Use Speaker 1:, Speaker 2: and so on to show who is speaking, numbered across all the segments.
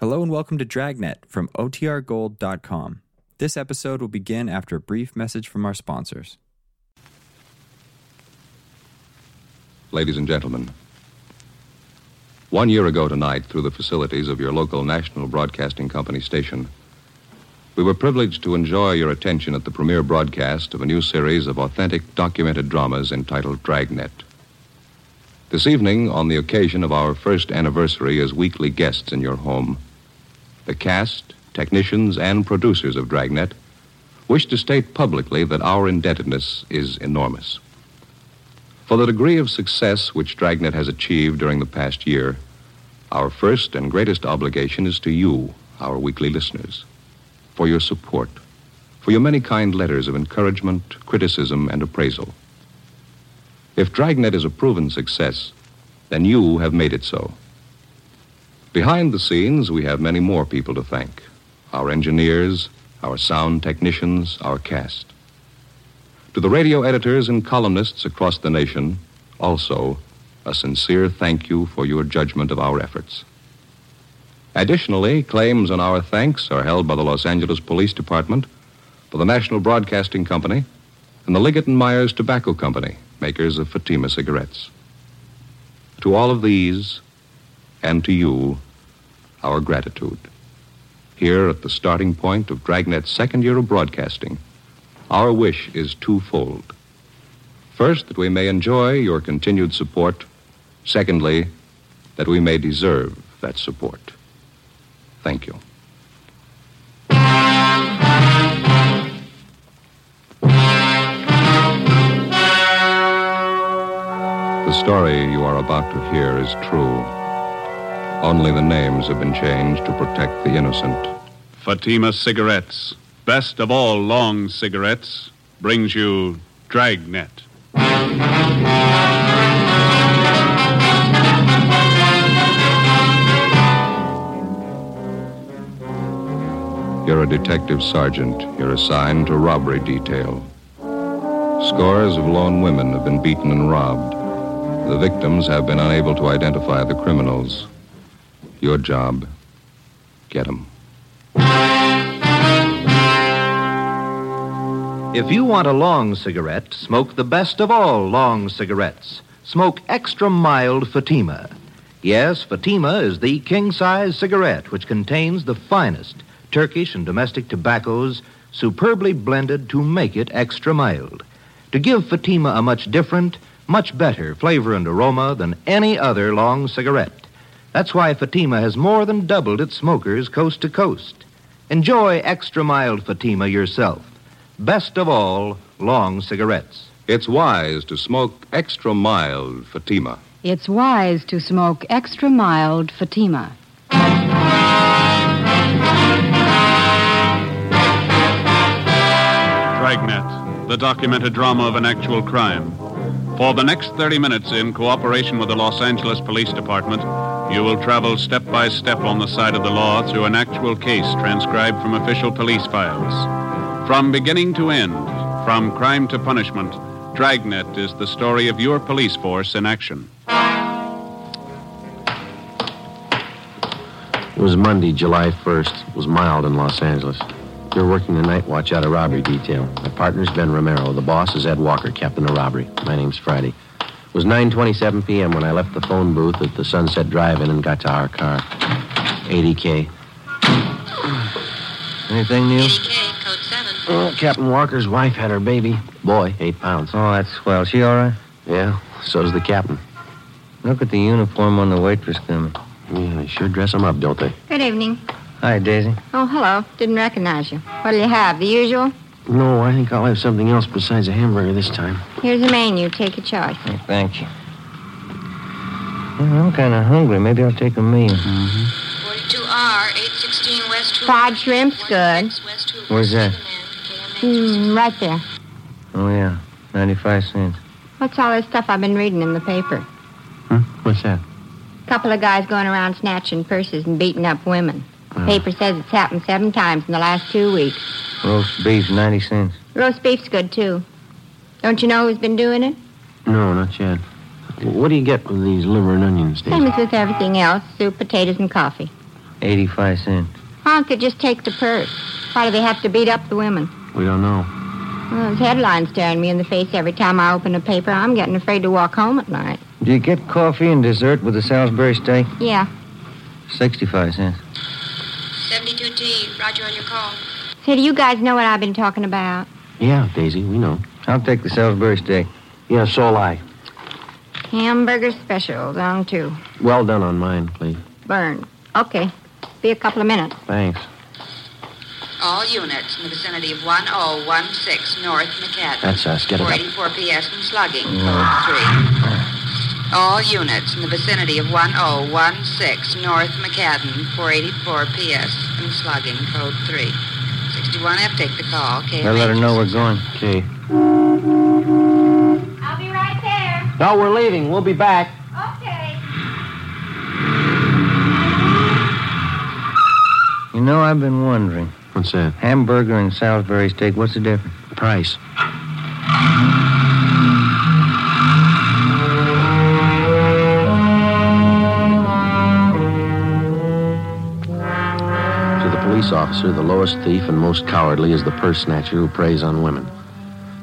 Speaker 1: Hello and welcome to Dragnet from OTRGold.com. This episode will begin after a brief message from our sponsors.
Speaker 2: Ladies and gentlemen, one year ago tonight, through the facilities of your local National Broadcasting Company station, we were privileged to enjoy your attention at the premiere broadcast of a new series of authentic documented dramas entitled Dragnet. This evening, on the occasion of our first anniversary as weekly guests in your home, the cast, technicians, and producers of Dragnet wish to state publicly that our indebtedness is enormous. For the degree of success which Dragnet has achieved during the past year, our first and greatest obligation is to you, our weekly listeners, for your support, for your many kind letters of encouragement, criticism, and appraisal. If Dragnet is a proven success, then you have made it so. Behind the scenes, we have many more people to thank our engineers, our sound technicians, our cast. To the radio editors and columnists across the nation, also, a sincere thank you for your judgment of our efforts. Additionally, claims on our thanks are held by the Los Angeles Police Department, by the National Broadcasting Company, and the Liggett and Myers Tobacco Company, makers of Fatima cigarettes. To all of these, and to you, our gratitude. Here at the starting point of Dragnet's second year of broadcasting, our wish is twofold. First, that we may enjoy your continued support. Secondly, that we may deserve that support. Thank you. The story you are about to hear is true. Only the names have been changed to protect the innocent.
Speaker 3: Fatima Cigarettes, best of all long cigarettes, brings you Dragnet.
Speaker 2: You're a detective sergeant. You're assigned to robbery detail. Scores of lone women have been beaten and robbed. The victims have been unable to identify the criminals. Your job, get 'em.
Speaker 4: If you want a long cigarette, smoke the best of all long cigarettes. Smoke extra mild Fatima. Yes, Fatima is the king size cigarette which contains the finest Turkish and domestic tobaccos superbly blended to make it extra mild. To give Fatima a much different, much better flavor and aroma than any other long cigarette. That's why Fatima has more than doubled its smokers coast to coast. Enjoy extra mild Fatima yourself. Best of all, long cigarettes.
Speaker 2: It's wise to smoke extra mild Fatima.
Speaker 5: It's wise to smoke extra mild Fatima.
Speaker 3: Dragnet, the documented drama of an actual crime. For the next 30 minutes, in cooperation with the Los Angeles Police Department, you will travel step by step on the side of the law through an actual case transcribed from official police files. From beginning to end, from crime to punishment, Dragnet is the story of your police force in action.
Speaker 6: It was Monday, July 1st. It was mild in Los Angeles. You're working the night watch out of robbery detail. My partner's Ben Romero. The boss is Ed Walker, captain of robbery. My name's Friday. It was 9.27 p.m. when I left the phone booth at the Sunset Drive-In and got to our car. 80K. Anything new?
Speaker 7: AK, code 7.
Speaker 6: Oh, Captain Walker's wife had her baby. Boy, eight pounds.
Speaker 8: Oh, that's swell. She all right?
Speaker 6: Yeah, so's the captain.
Speaker 8: Look at the uniform on the waitress coming.
Speaker 6: Yeah, they sure dress 'em up, don't they?
Speaker 7: Good evening.
Speaker 8: Hi, Daisy.
Speaker 7: Oh, hello. Didn't recognize you. What'll you have? The usual?
Speaker 6: No, I think I'll have something else besides a hamburger this time.
Speaker 7: Here's the menu. Take your choice.
Speaker 8: Hey, thank you. Well, I'm kind of hungry. Maybe I'll take a meal.
Speaker 9: 42R, 816 West Hoover.
Speaker 7: Fried shrimp's good.
Speaker 9: 16 West Hoover.
Speaker 8: Where's that?
Speaker 7: Mm, right there.
Speaker 8: Oh, yeah. 95 cents.
Speaker 7: What's all this stuff I've been reading in the paper?
Speaker 6: Huh? What's that?
Speaker 7: Couple of guys going around snatching purses and beating up women. Paper says it's happened seven times in the last two weeks.
Speaker 8: Roast beef, 90 cents.
Speaker 7: Roast beef's good, too. Don't you know who's been doing it?
Speaker 6: No, not yet. What do you get with these liver and onions, Daisy?
Speaker 7: Same as with everything else soup, potatoes, and coffee.
Speaker 8: 85 cents.
Speaker 7: Honk could just take the purse. Why do they have to beat up the women?
Speaker 6: We don't know.
Speaker 7: Well, those headlines staring me in the face every time I open a paper. I'm getting afraid to walk home at night.
Speaker 8: Do you get coffee and dessert with the Salisbury steak?
Speaker 7: Yeah.
Speaker 8: 65 cents.
Speaker 9: 72T, Roger on your call.
Speaker 7: Say, do you guys know what I've been talking about?
Speaker 6: Yeah, Daisy, we know.
Speaker 8: I'll take the Salisbury steak.
Speaker 6: Yeah, so'll I.
Speaker 7: Hamburger specials on two.
Speaker 6: Well done on mine, please.
Speaker 7: Burn. Okay. Be a couple of minutes.
Speaker 6: Thanks.
Speaker 9: All units in the vicinity of 1016 North McAdam.
Speaker 6: That's us. Get it up.
Speaker 9: 484 PS and slugging, code 3. All units in the vicinity of 1016 North McAdam, 484 PS and slugging, code 3. 61F, take the call. Okay.
Speaker 8: Better let her know we're going.
Speaker 6: Okay.
Speaker 10: I'll be right there.
Speaker 8: No, we're leaving. We'll be back.
Speaker 10: Okay.
Speaker 8: You know, I've been wondering.
Speaker 6: What's that?
Speaker 8: Hamburger and Salisbury steak, what's the difference?
Speaker 6: Price. To the police officer, the lowest thief and most cowardly is the purse snatcher who preys on women.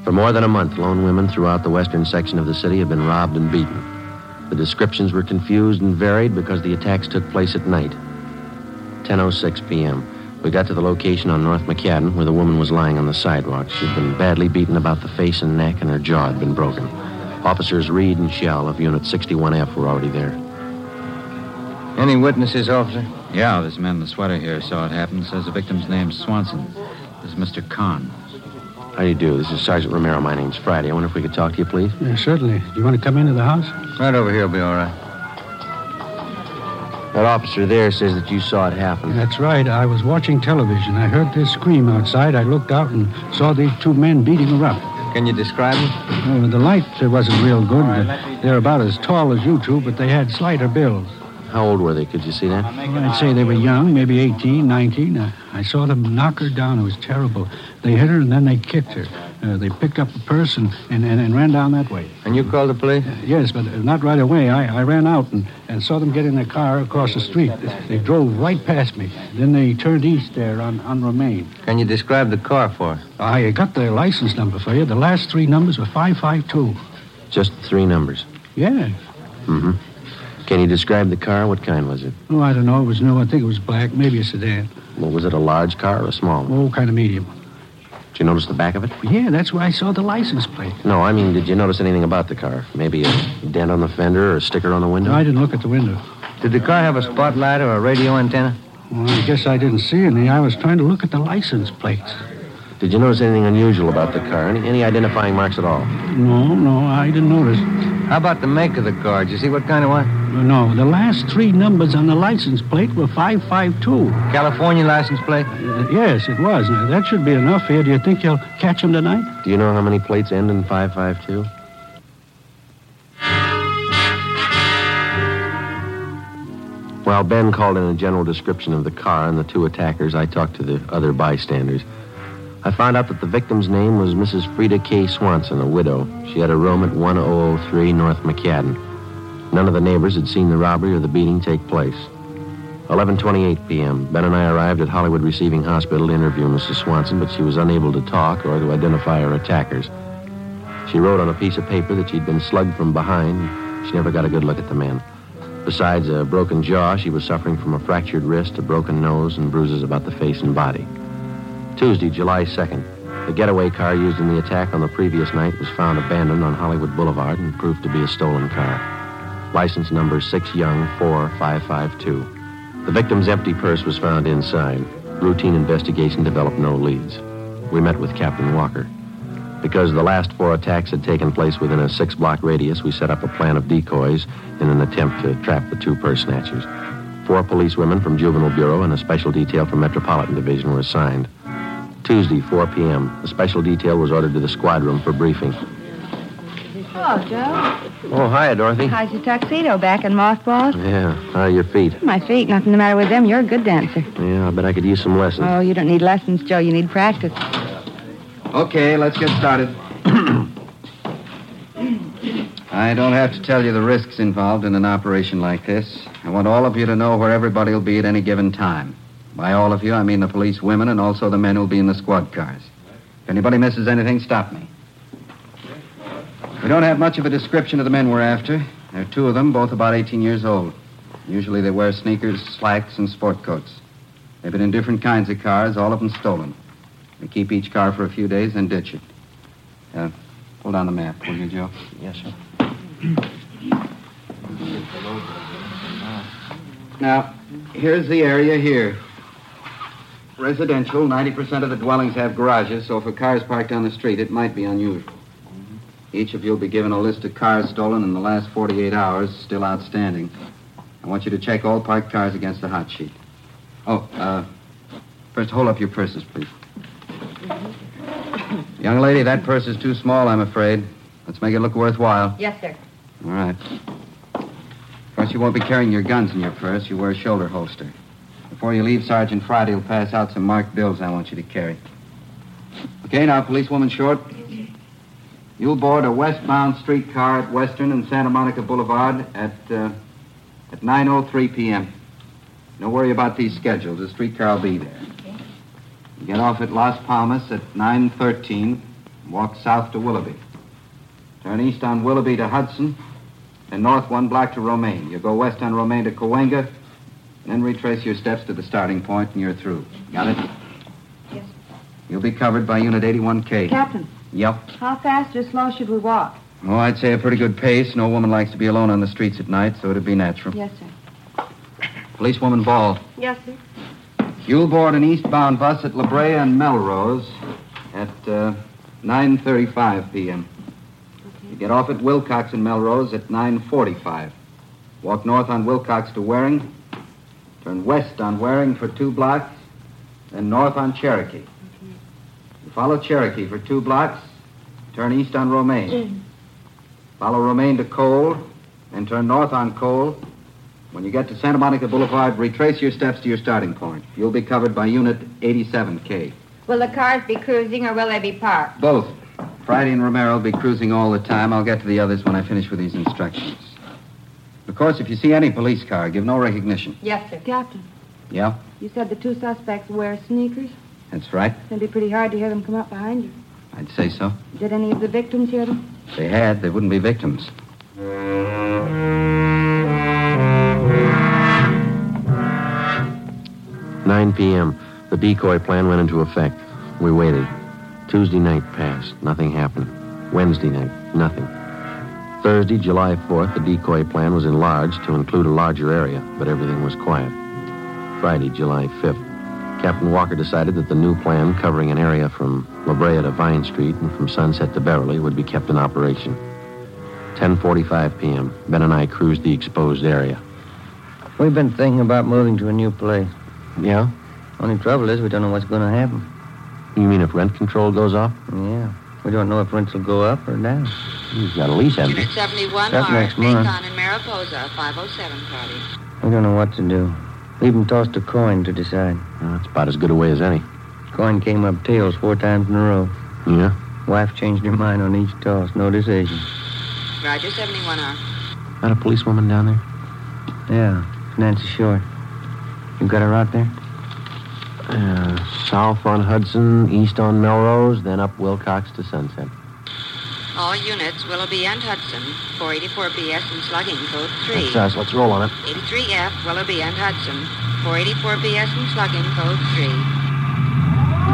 Speaker 6: For more than a month, lone women throughout the western section of the city have been robbed and beaten. The descriptions were confused and varied because the attacks took place at night. 10.06 p.m. We got to the location on North McCadden where the woman was lying on the sidewalk. She'd been badly beaten about the face and neck, and her jaw had been broken. Officers Reed and Shell of Unit 61F were already there.
Speaker 8: Any witnesses, officer?
Speaker 11: Yeah, this man in the sweater here saw it happen. Says the victim's name's Swanson. This is Mr. Kahn.
Speaker 6: How do you do? This is Sergeant Romero. My name's Friday. I wonder if we could talk to you, please.
Speaker 12: Yeah, certainly. Do you want to come into the house?
Speaker 8: Right over here will be all right.
Speaker 6: That officer there says that you saw it happen.
Speaker 12: That's right. I was watching television. I heard this scream outside. I looked out and saw these two men beating her up.
Speaker 8: Can you describe him?
Speaker 12: Oh, the light uh, wasn't real good. They're about as tall as you two, but they had slighter bills.
Speaker 6: How old were they? Could you see that?
Speaker 12: I'd say they were young, maybe 18, 19. I, I saw them knock her down. It was terrible. They hit her and then they kicked her. Uh, they picked up the purse and, and, and, and ran down that way.
Speaker 8: And you called the police?
Speaker 12: Yes, but not right away. I, I ran out and, and saw them get in their car across the street. They drove right past me. Then they turned east there on, on Romaine.
Speaker 8: Can you describe the car for us?
Speaker 12: I got their license number for you. The last three numbers were 552.
Speaker 6: Just three numbers.
Speaker 12: Yeah.
Speaker 6: Mm-hmm. Can you describe the car? What kind was it?
Speaker 12: Oh, I don't know. It was new. I think it was black, maybe a sedan.
Speaker 6: Well, was it a large car or a small one?
Speaker 12: Oh, kind of medium.
Speaker 6: Did you notice the back of it?
Speaker 12: Yeah, that's where I saw the license plate.
Speaker 6: No, I mean, did you notice anything about the car? Maybe a dent on the fender or a sticker on the window?
Speaker 12: No, I didn't look at the window.
Speaker 8: Did the car have a spotlight or a radio antenna?
Speaker 12: Well, I guess I didn't see any. I was trying to look at the license plates.
Speaker 6: Did you notice anything unusual about the car? Any, any identifying marks at all?
Speaker 12: No, no, I didn't notice.
Speaker 8: How about the make of the car? Did you see what kind of one?
Speaker 12: No, the last three numbers on the license plate were 552.
Speaker 8: California license plate?
Speaker 12: Uh, yes, it was. Now, that should be enough here. Do you think you'll catch him tonight?
Speaker 6: Do you know how many plates end in 552? While Ben called in a general description of the car and the two attackers, I talked to the other bystanders. I found out that the victim's name was Mrs. Frida K. Swanson, a widow. She had a room at 1003 North McCadden. None of the neighbors had seen the robbery or the beating take place. 11:28 p.m. Ben and I arrived at Hollywood Receiving Hospital to interview Mrs. Swanson, but she was unable to talk or to identify her attackers. She wrote on a piece of paper that she'd been slugged from behind. She never got a good look at the man. Besides a broken jaw, she was suffering from a fractured wrist, a broken nose, and bruises about the face and body. Tuesday, July 2nd. The getaway car used in the attack on the previous night was found abandoned on Hollywood Boulevard and proved to be a stolen car. License number 6 Young 4552. The victim's empty purse was found inside. Routine investigation developed no leads. We met with Captain Walker. Because the last four attacks had taken place within a six block radius, we set up a plan of decoys in an attempt to trap the two purse snatchers. Four policewomen from Juvenile Bureau and a special detail from Metropolitan Division were assigned. Tuesday, 4 p.m. A special detail was ordered to the squad room for briefing.
Speaker 13: Hello, Joe.
Speaker 6: Oh, hiya, uh, Dorothy.
Speaker 13: How's your tuxedo? Back in mothballs?
Speaker 6: Yeah, how are your feet?
Speaker 13: My feet, nothing the matter with them. You're a good dancer.
Speaker 6: Yeah, I bet I could use some lessons.
Speaker 13: Oh, you don't need lessons, Joe. You need practice.
Speaker 8: Okay, let's get started.
Speaker 14: I don't have to tell you the risks involved in an operation like this. I want all of you to know where everybody will be at any given time. By all of you, I mean the police women and also the men who'll be in the squad cars. If anybody misses anything, stop me. We don't have much of a description of the men we're after. There are two of them, both about 18 years old. Usually they wear sneakers, slacks, and sport coats. They've been in different kinds of cars, all of them stolen. We keep each car for a few days, then ditch it. Uh, hold on the map, will you, Joe? Yes, sir.
Speaker 15: 啊
Speaker 14: Now, here's the area here. Residential, 90% of the dwellings have garages, so if a car's parked on the street, it might be unusual. Each of you will be given a list of cars stolen in the last 48 hours, still outstanding. I want you to check all parked cars against the hot sheet. Oh, uh, first, hold up your purses, please. Young lady, that purse is too small, I'm afraid. Let's make it look worthwhile.
Speaker 7: Yes, sir.
Speaker 14: All right. Of course, you won't be carrying your guns in your purse. You wear a shoulder holster. Before you leave, Sergeant Friday will pass out some marked bills I want you to carry. Okay, now, policewoman Short. You'll board a westbound streetcar at Western and Santa Monica Boulevard at, uh, at 9.03 p.m. Don't worry about these schedules. The streetcar will be there. You get off at Las Palmas at 9.13, walk south to Willoughby. Turn east on Willoughby to Hudson, then north one block to Romaine. You go west on Romaine to Cahuenga, and then retrace your steps to the starting point, and you're through. Got it? Yes. You'll be covered by Unit 81K.
Speaker 13: Captain,
Speaker 14: Yep.
Speaker 13: how fast or slow should we walk?
Speaker 14: Oh, I'd say a pretty good pace. No woman likes to be alone on the streets at night, so it'd be
Speaker 6: Oh.
Speaker 14: natural.
Speaker 13: Yes, sir.
Speaker 14: Policewoman Ball,
Speaker 13: Yes, sir.
Speaker 14: You'll board an eastbound bus at La Brea and Melrose at uh, 9.35 p.m. You get off at Wilcox and Melrose at 9.45. Walk north on Wilcox to Waring. Turn west on Waring for two blocks, then north on Cherokee. You follow Cherokee for two blocks, turn east on Romaine. Follow Romaine to Cole, then turn north on Cole. When you get to Santa Monica Boulevard, retrace your steps to your starting point. You'll be covered by Unit 87K.
Speaker 7: Will the cars be cruising or will they be parked?
Speaker 14: Both. Friday and Romero will be cruising all the time. I'll get to the others when I finish with these instructions. Of course, if you see any police car, give no recognition.
Speaker 13: Yes, sir. Captain,
Speaker 14: Yeah?
Speaker 13: you said the two suspects wear sneakers.
Speaker 14: That's right.
Speaker 13: It's going to be pretty hard to hear them come up behind you.
Speaker 14: I'd say so.
Speaker 13: Did any of the victims hear them?
Speaker 14: If they had, they wouldn't be victims.
Speaker 6: Nine p.m. The decoy plan went into effect. We waited. Tuesday night passed. Nothing happened. Wednesday night, nothing. Thursday, July 4th, the decoy plan was enlarged to include a larger area, but everything was quiet. Friday, July 5th, Captain Walker decided that the new plan covering an area from La Brea to Vine Street and from Sunset to Beverly would be kept in operation. 10:45 p.m. Ben and I cruised the exposed area.
Speaker 8: We've been thinking about moving to a new place.
Speaker 6: Yeah?
Speaker 8: Only trouble is we don't know what's going to happen.
Speaker 6: You mean if rent control goes off?
Speaker 8: Yeah. We don't know if rents will go up or down.
Speaker 6: You've got a lease, haven't
Speaker 9: Unit 71
Speaker 8: That's
Speaker 9: R,
Speaker 8: next month.
Speaker 9: Macon and Mariposa, 507 party.
Speaker 8: We don't know what to do. We even tossed a coin to decide.
Speaker 6: that's about as good a way as any.
Speaker 8: Coin came up tails four times in a row.
Speaker 6: Yeah?
Speaker 8: Wife changed her mind on each toss. No decision.
Speaker 9: Roger, 71 R.
Speaker 6: Not a policewoman down there?
Speaker 8: Yeah. Nancy Short. You got her out there?
Speaker 6: Uh, south on Hudson, east on Melrose, then up Wilcox to Sunset.
Speaker 9: All units, Willoughby and Hudson, 484 PS and slugging code 3.
Speaker 6: That's us. Let's roll on it.
Speaker 9: 83F, Willoughby and Hudson, 484 PS and slugging code 3.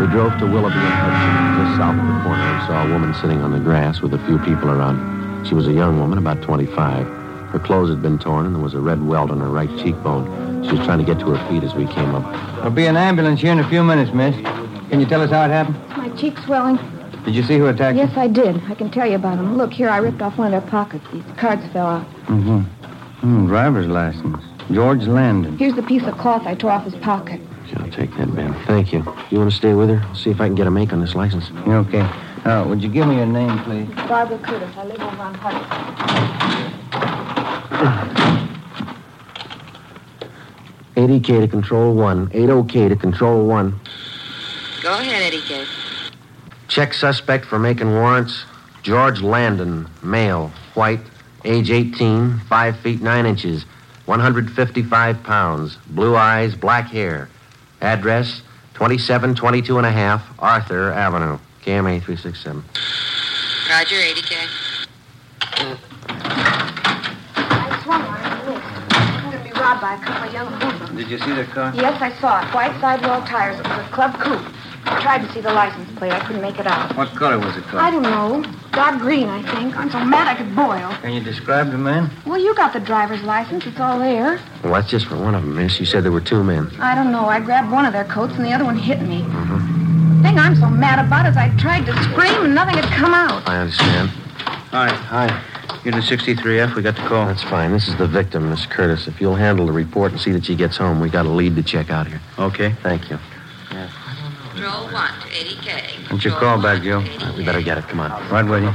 Speaker 6: We drove to Willoughby and Hudson, just south of the corner, and saw a woman sitting on the grass with a few people around. She was a young woman, about 25. Her clothes had been torn, and there was a red welt on her right cheekbone. She was trying to get to her feet as we came up.
Speaker 8: There'll be an ambulance here in a few minutes, miss. Can you tell us how it happened?
Speaker 16: My cheeks swelling.
Speaker 8: Did you see who attacked
Speaker 16: Yes, I did. I can tell you about them. Look, here, I ripped off one of their pockets. These cards fell out.
Speaker 8: Mm-hmm. Hmm, driver's license. George Landon.
Speaker 16: Here's the piece of cloth I tore off his pocket.
Speaker 6: I'll take that, Ben. Thank you. You want to stay with her? I'll see if I can get a make on this license.
Speaker 8: Okay. Uh, would you give me your name, please?
Speaker 16: Barbara Curtis. I live over on Hudson.
Speaker 6: Eighty E K to control one. Eight O K to control one.
Speaker 9: Go ahead, Eddie K.
Speaker 6: Check suspect for making warrants George Landon, male, white, age 18, 5 feet 9 inches, 155 pounds, blue eyes, black hair. Address 2722 and a half Arthur Avenue, KMA 367.
Speaker 9: Roger, 80K.
Speaker 16: I swung on it and missed. I'm going to be robbed by a couple of young hoodlums.
Speaker 14: Did you see their car?
Speaker 16: Yes, I saw it. White sidewall tires. It was a club coupe. I tried to see the license plate. I couldn't make it out.
Speaker 14: What color was the car?
Speaker 16: I don't know. Dark green, I think. I'm so mad I could boil.
Speaker 14: Can you describe the man?
Speaker 16: Well, you got the driver's license. It's all there.
Speaker 6: Well, that's just for one of them, miss. You said there were two men. Mm-hmm.
Speaker 16: I don't know. I grabbed one of their coats and the other one hit me. The thing I'm so mad about is I tried to scream and nothing had come out.
Speaker 6: I understand.
Speaker 14: All right.
Speaker 6: Hi.
Speaker 14: Unit 63F, we got the call.
Speaker 6: That's fine. This is the victim, Miss Curtis. If you'll handle the report and see that she gets home, we got a lead to check out here.
Speaker 14: Okay.
Speaker 6: Thank you.
Speaker 9: Control 1 to 80K.
Speaker 6: What's your call back, Gil? we better get it. Come on.
Speaker 14: Right with you.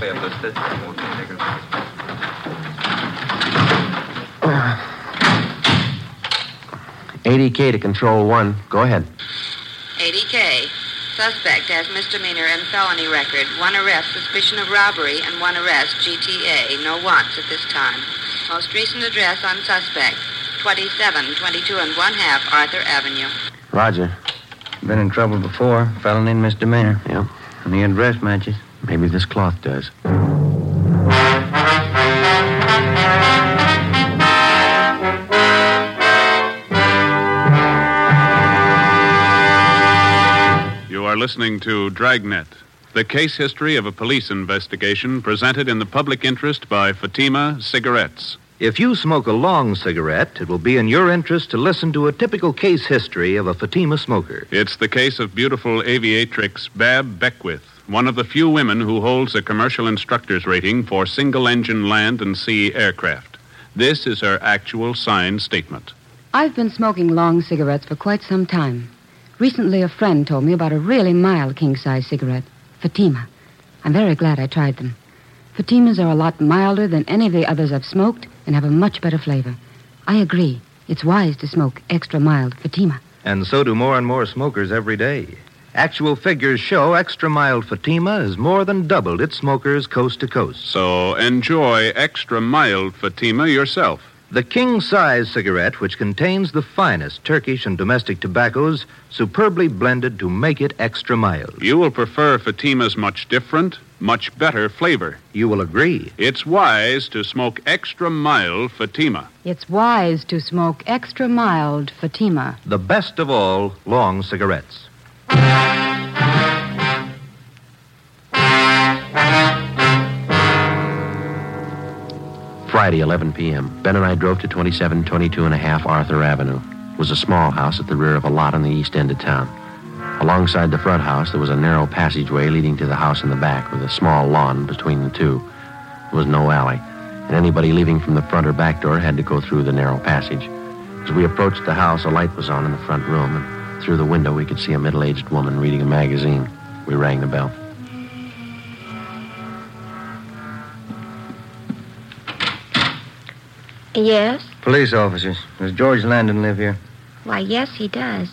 Speaker 6: Eighty K to control one. Go ahead.
Speaker 9: 80K. Suspect has misdemeanor and felony record. One arrest, suspicion of robbery, and one arrest, GTA. No wants at this time. Most recent address on suspect, 2722 and one half Arthur Avenue.
Speaker 6: Roger.
Speaker 8: Been in trouble before. Felony and misdemeanor.
Speaker 6: Yeah.
Speaker 8: And the address matches.
Speaker 6: Maybe this cloth does.
Speaker 3: You are listening to Dragnet, the case history of a police investigation presented in the public interest by Fatima Cigarettes.
Speaker 4: If you smoke a long cigarette, it will be in your interest to listen to a typical case history of a Fatima smoker.
Speaker 3: It's the case of beautiful aviatrix Bab Beckwith, one of the few women who holds a commercial instructor's rating for single engine land and sea aircraft. This is her actual signed statement.
Speaker 5: I've been smoking long cigarettes for quite some time. Recently, a friend told me about a really mild king size cigarette, Fatima. I'm very glad I tried them. Fatimas are a lot milder than any of the others I've smoked and have a much better flavor. I agree. It's wise to smoke extra mild Fatima.
Speaker 4: And so do more and more smokers every day. Actual figures show extra mild Fatima has more than doubled its smokers coast to coast.
Speaker 3: So enjoy extra mild Fatima yourself.
Speaker 4: The king size cigarette, which contains the finest Turkish and domestic tobaccos, superbly blended to make it extra mild.
Speaker 3: You will prefer Fatima's much different, much better flavor.
Speaker 4: You will agree.
Speaker 3: It's wise to smoke extra mild Fatima.
Speaker 5: It's wise to smoke extra mild Fatima.
Speaker 4: The best of all long cigarettes.
Speaker 6: Friday, 11 p.m. Ben and I drove to 2722 and a half Arthur Avenue. It was a small house at the rear of a lot on the east end of town. Alongside the front house, there was a narrow passageway leading to the house in the back with a small lawn between the two. There was no alley, and anybody leaving from the front or back door had to go through the narrow passage. As we approached the house, a light was on in the front room, and through the window we could see a middle aged woman reading a magazine. We rang the bell.
Speaker 7: Yes?
Speaker 8: Police officers. Does George Landon live here?
Speaker 7: Why, yes, he does.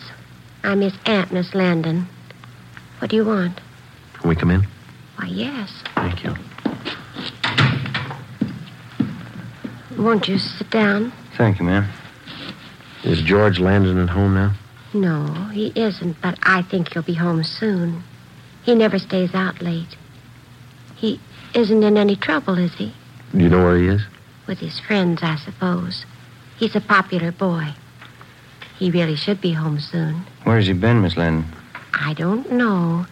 Speaker 7: I'm his aunt, Miss Landon. What do you want?
Speaker 6: Can we come in?
Speaker 7: Why, yes.
Speaker 6: Thank you.
Speaker 7: Won't you sit down?
Speaker 8: Thank you, ma'am.
Speaker 6: Is George Landon at home now?
Speaker 7: No, he isn't, but I think he'll be home soon. He never stays out late. He isn't in any trouble, is he?
Speaker 6: Do you know where he is?
Speaker 7: With his friends, I suppose. He's a popular boy. He really should be home soon.
Speaker 8: Where's he been, Miss Landon?
Speaker 7: I don't know.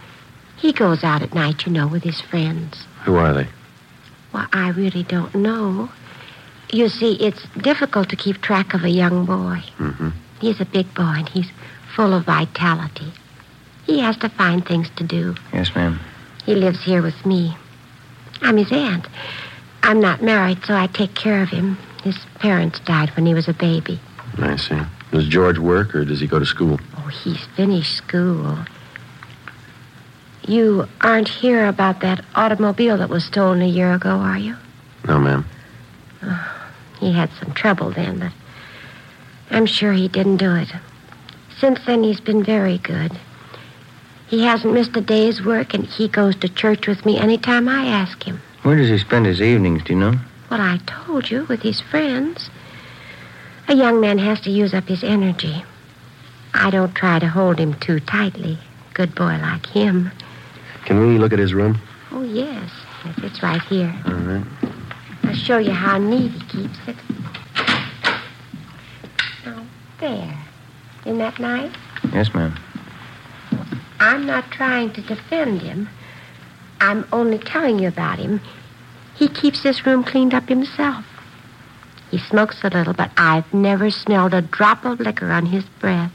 Speaker 7: He goes out at night, you know, with his friends.
Speaker 6: Who are they?
Speaker 7: Well, I really don't know. You see, it's difficult to keep track of a young boy.
Speaker 6: Mm-hmm.
Speaker 7: He's a big boy and he's full of vitality. He has to find things to do.
Speaker 8: Yes, ma'am.
Speaker 7: He lives here with me. I'm his aunt. I'm not married, so I take care of him. His parents died when he was a baby.
Speaker 6: I see. Does George work or does he go to school?
Speaker 7: Oh, he's finished school. You aren't here about that automobile that was stolen a year ago, are you?
Speaker 6: No, ma'am.
Speaker 7: He had some trouble then, but I'm sure he didn't do it. Since then, he's been very good. He hasn't missed a day's work, and he goes to church with me any time I ask him.
Speaker 8: Where does he spend his evenings, do you know?
Speaker 7: Well, I told you, with his friends. A young man has to use up his energy. I don't try to hold him too tightly. Good boy like him.
Speaker 6: Can we look at his room?
Speaker 7: Oh, yes. Yes, It's right here.
Speaker 6: All right.
Speaker 7: I'll show you how neat he keeps it. Now, there. Isn't that nice?
Speaker 8: Yes, ma'am.
Speaker 7: I'm not trying to defend him. I'm only telling you about him. He keeps this room cleaned up himself. He smokes a little, but I've never smelled a drop of liquor on his breath.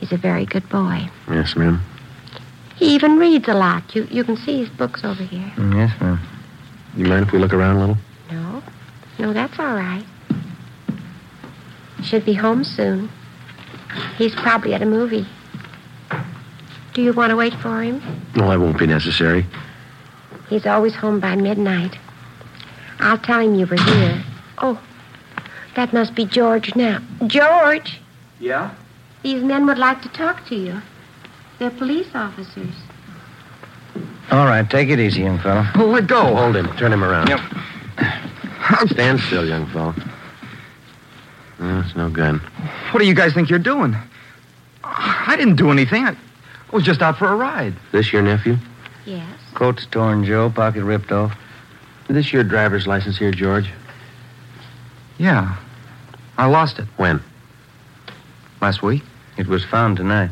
Speaker 7: He's a very good boy.
Speaker 6: Yes, ma'am.
Speaker 7: He even reads a lot. You, you can see his books over here.
Speaker 8: Yes, ma'am.
Speaker 6: Mm, You mind if we look around a little?
Speaker 7: No? No, that's all right. Should be home soon. He's probably at a movie. Do you want to wait for him?
Speaker 6: No, that won't be necessary.
Speaker 7: He's always home by midnight. I'll tell him you were here. Oh, that must be George now. George,
Speaker 8: Yeah?
Speaker 7: these men would like to talk to you. They're police officers.
Speaker 8: All right, take it easy, young fella.
Speaker 6: Oh, let go. Hold him. Turn him around. Yep. Stand still, young fellow. No, it's no good.
Speaker 17: What do you guys think you're doing? I didn't do anything. I I was just out for a ride.
Speaker 6: This your nephew?
Speaker 7: Yes.
Speaker 8: Coat's torn, Joe. Pocket ripped off.
Speaker 6: This your driver's license here, George?
Speaker 17: Yeah. I lost it.
Speaker 6: When?
Speaker 17: Last week.
Speaker 8: It was found tonight.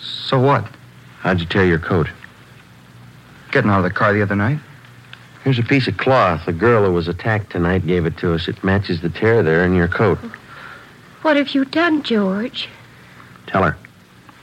Speaker 17: So what?
Speaker 6: How'd you tear your coat?
Speaker 17: Getting out of the car the other night.
Speaker 6: Here's a piece of cloth. The girl who was attacked tonight gave it to us. It matches the tear there in your coat.
Speaker 7: What have you done, George?
Speaker 6: Tell her.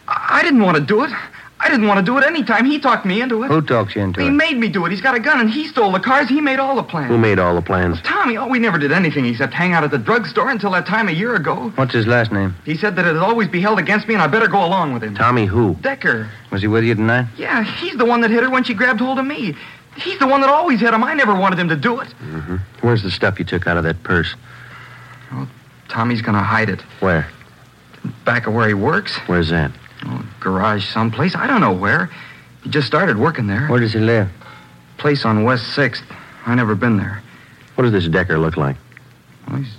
Speaker 17: I I didn't want to do it. I didn't want to do it any time. He talked me into it.
Speaker 8: Who talks you into
Speaker 17: He
Speaker 8: it?
Speaker 17: made me do it. He's got a gun and he stole the cars. He made all the plans.
Speaker 6: Who made all the plans?
Speaker 17: Tommy, oh, we never did anything except hang out at the drugstore until that time a year ago.
Speaker 8: What's his last name?
Speaker 17: He said that it'd always be held against me and I better go along with him.
Speaker 8: Tommy who?
Speaker 17: Decker.
Speaker 8: Was he with you tonight?
Speaker 17: Yeah, he's the one that hit her when she grabbed hold of me. He's the one that always hit him. I never wanted him to do it.
Speaker 6: Mm-hmm. Where's the stuff you took out of that purse?
Speaker 17: Tommy's gonna hide it.
Speaker 6: Where?
Speaker 17: Back of where he works. Oh,
Speaker 6: Where's that?
Speaker 17: Garage someplace. I don't know where. He just started working there.
Speaker 8: Where does he live?
Speaker 17: Place on West 6th. I never been there.
Speaker 6: What does this Decker look like?
Speaker 17: Well, he's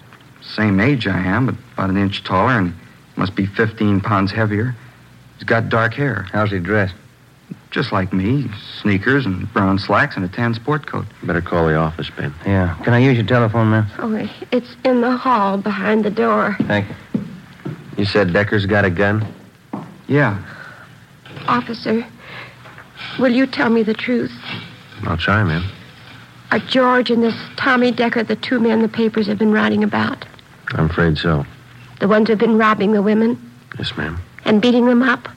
Speaker 17: same age I am, but about an inch taller and must be 15 pounds heavier. He's got dark hair.
Speaker 8: How's he dressed?
Speaker 17: Just like me. Sneakers and brown slacks and a tan sport coat.
Speaker 6: Better call the office, Ben.
Speaker 8: Yeah. Can I use your telephone, ma'am?
Speaker 7: Oh, it's in the hall behind the door.
Speaker 8: Thank you.
Speaker 6: You said Decker's got a gun?
Speaker 17: Yeah.
Speaker 7: Officer, will you tell me the truth?
Speaker 6: I'll try, ma'am.
Speaker 7: Are George and this Tommy Decker the two men the papers have been writing about?
Speaker 6: I'm afraid so.
Speaker 7: The ones who've been robbing the women
Speaker 6: Yes, ma'am.
Speaker 7: and beating them up?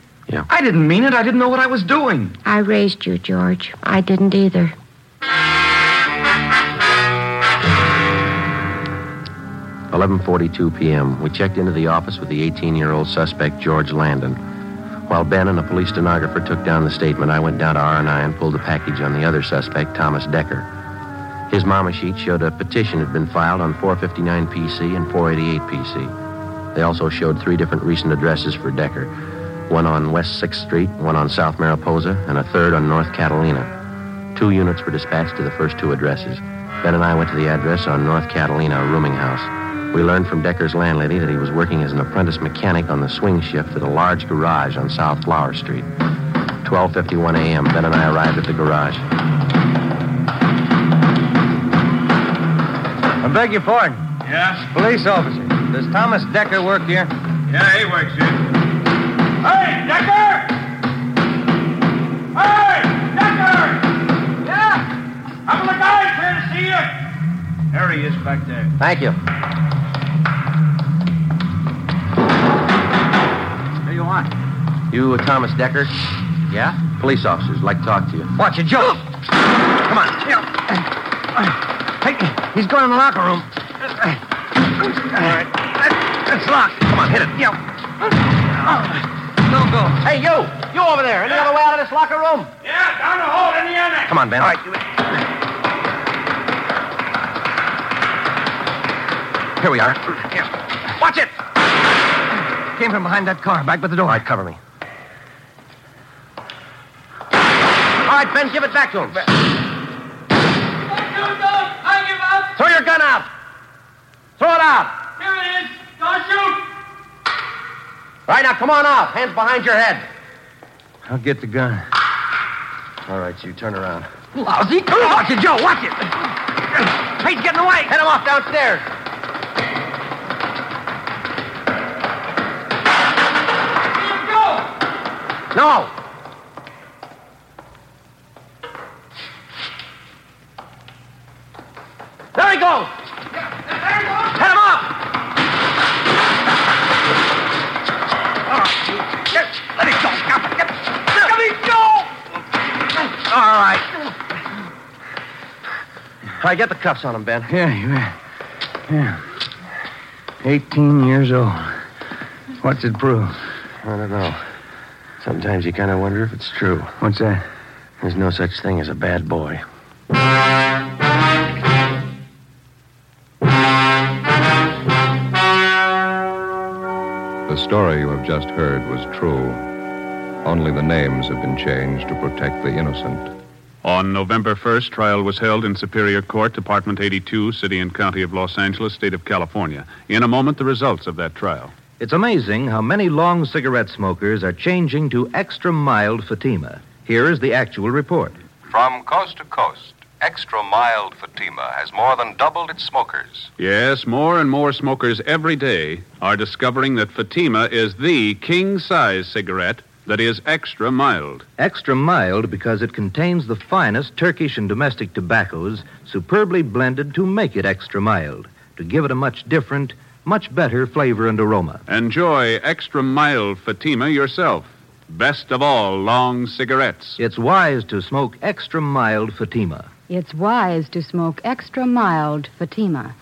Speaker 17: I didn't mean it. I didn't know what I was doing.
Speaker 7: I raised you, George. I didn't either.
Speaker 6: Eleven forty-two p.m. We checked into the office with the eighteen-year-old suspect George Landon. While Ben and a police stenographer took down the statement, I went down to R and I and pulled a package on the other suspect, Thomas Decker. His mama sheet showed a petition had been filed on 459 PC and 488 PC. They also showed three different recent addresses for Decker one on West 6th Street, one on South Mariposa, and a third on North Catalina. Two units were dispatched to the first two addresses. Ben and I went to the address on North Catalina, a rooming house. We learned from Decker's landlady that he was working as an apprentice mechanic on the swing shift at a large garage on South Flower Street. 12:51 a.m. Ben and I arrived at the garage.
Speaker 8: I beg your pardon.
Speaker 18: Yeah?
Speaker 8: Police officer. Does Thomas Decker work here?
Speaker 18: Yeah, he works here. Hey, Decker! Hey, Decker! Yeah? Couple of guys here to see you. There he is back there.
Speaker 8: Thank you.
Speaker 18: What do you want?
Speaker 6: You, uh, Thomas Decker? Yeah? Police officers would like to talk to you.
Speaker 8: Watch it, Joe. Come on. Hey, he's going in the locker room. All right. It's locked. Come on, hit it. Yeah. No go. Hey, you! You over there. Any other way out of this locker room?
Speaker 18: Yeah, down the hall in the annex.
Speaker 8: Come on, Ben. All right. Here we are. Watch it! Came from behind that car, back by the door. All right, cover me. right, Ben, give it back to him.
Speaker 10: I give up.
Speaker 8: Throw your gun out. Throw it out.
Speaker 10: Here it is. Don't shoot.
Speaker 8: All right, now come on out. Hands behind your head.
Speaker 17: I'll get the gun.
Speaker 8: All right, you turn around.
Speaker 17: Lousy.
Speaker 8: Watch it, Joe. Watch it. He's getting away. Head him off downstairs. No. There he goes. Head him off. Let it go. Let me go. All right. All right, get the cuffs on him, Ben.
Speaker 17: Yeah, you bet. Yeah. 18 years old. What's it prove?
Speaker 6: I don't know. Sometimes you kind of wonder if it's true.
Speaker 17: What's that?
Speaker 6: There's no such thing as a bad boy.
Speaker 2: The story you have just heard was true. Only the names have been changed to protect the innocent.
Speaker 3: On November 1st, trial was held in Superior Court, Department 82, City and County of Los Angeles, State of California. In a moment, the results of that trial.
Speaker 4: It's amazing how many long cigarette smokers are changing to extra mild Fatima. Here is the actual report.
Speaker 19: From coast to coast, extra mild Fatima has more than doubled its smokers.
Speaker 3: Yes, more and more smokers every day are discovering that Fatima is the king size cigarette that is extra mild.
Speaker 4: Extra mild because it contains the finest Turkish and domestic tobaccos, superbly blended to make it extra mild, to give it a much different, much better flavor and aroma.
Speaker 3: Enjoy extra mild Fatima yourself. Best of all, long cigarettes.
Speaker 4: It's wise to smoke e- extra mild Fatima.
Speaker 5: It's wise to smoke extra mild Fatima.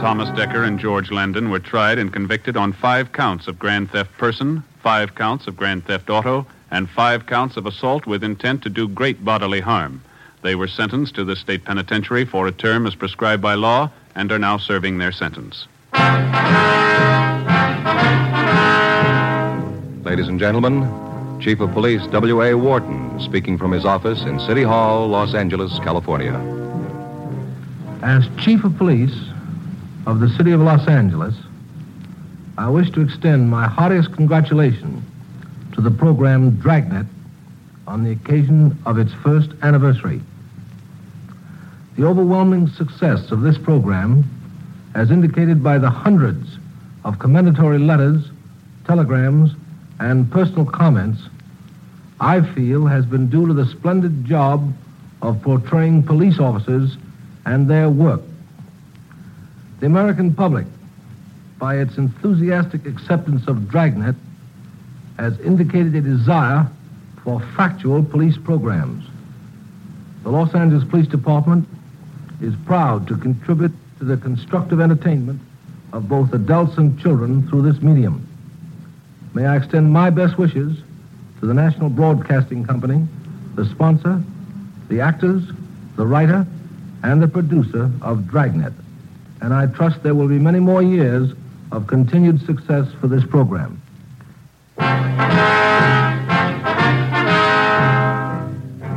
Speaker 3: Thomas Decker and George Landon were tried and convicted on five counts of grand theft person, five counts of grand theft auto, and five counts of assault with intent to do great bodily harm. They were sentenced to the state penitentiary for a term as prescribed by law and are now serving their sentence.
Speaker 2: Ladies and gentlemen, Chief of Police W.A. Wharton speaking from his office in City Hall, Los Angeles, California.
Speaker 15: As Chief of Police of the City of Los Angeles, I wish to extend my heartiest congratulations to the program Dragnet on the occasion of its first anniversary. The overwhelming success of this program, as indicated by the hundreds of commendatory letters, telegrams, and personal comments, I feel has been due to the splendid job of portraying police officers and their work. The American public, by its enthusiastic acceptance of Dragnet, has indicated a desire for factual police programs. The Los Angeles Police Department is proud to contribute to the constructive entertainment of both adults and children through this medium. May I extend my best wishes to the National Broadcasting Company, the sponsor, the actors, the writer, and the producer of Dragnet. And I trust there will be many more years of continued success for this program.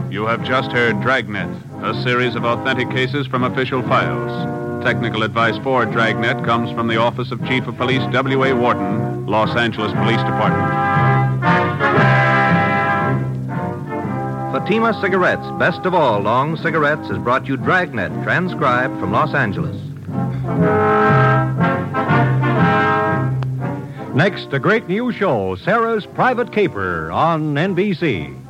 Speaker 3: You have just heard Dragnet, a series of authentic cases from official files. Technical advice for Dragnet comes from the Office of Chief of Police W.A. Wharton, Los Angeles Police Department.
Speaker 4: Fatima Cigarettes, best of all long cigarettes, has brought you Dragnet, transcribed from Los Angeles.
Speaker 20: Next, a great new show, Sarah's Private Caper, on NBC.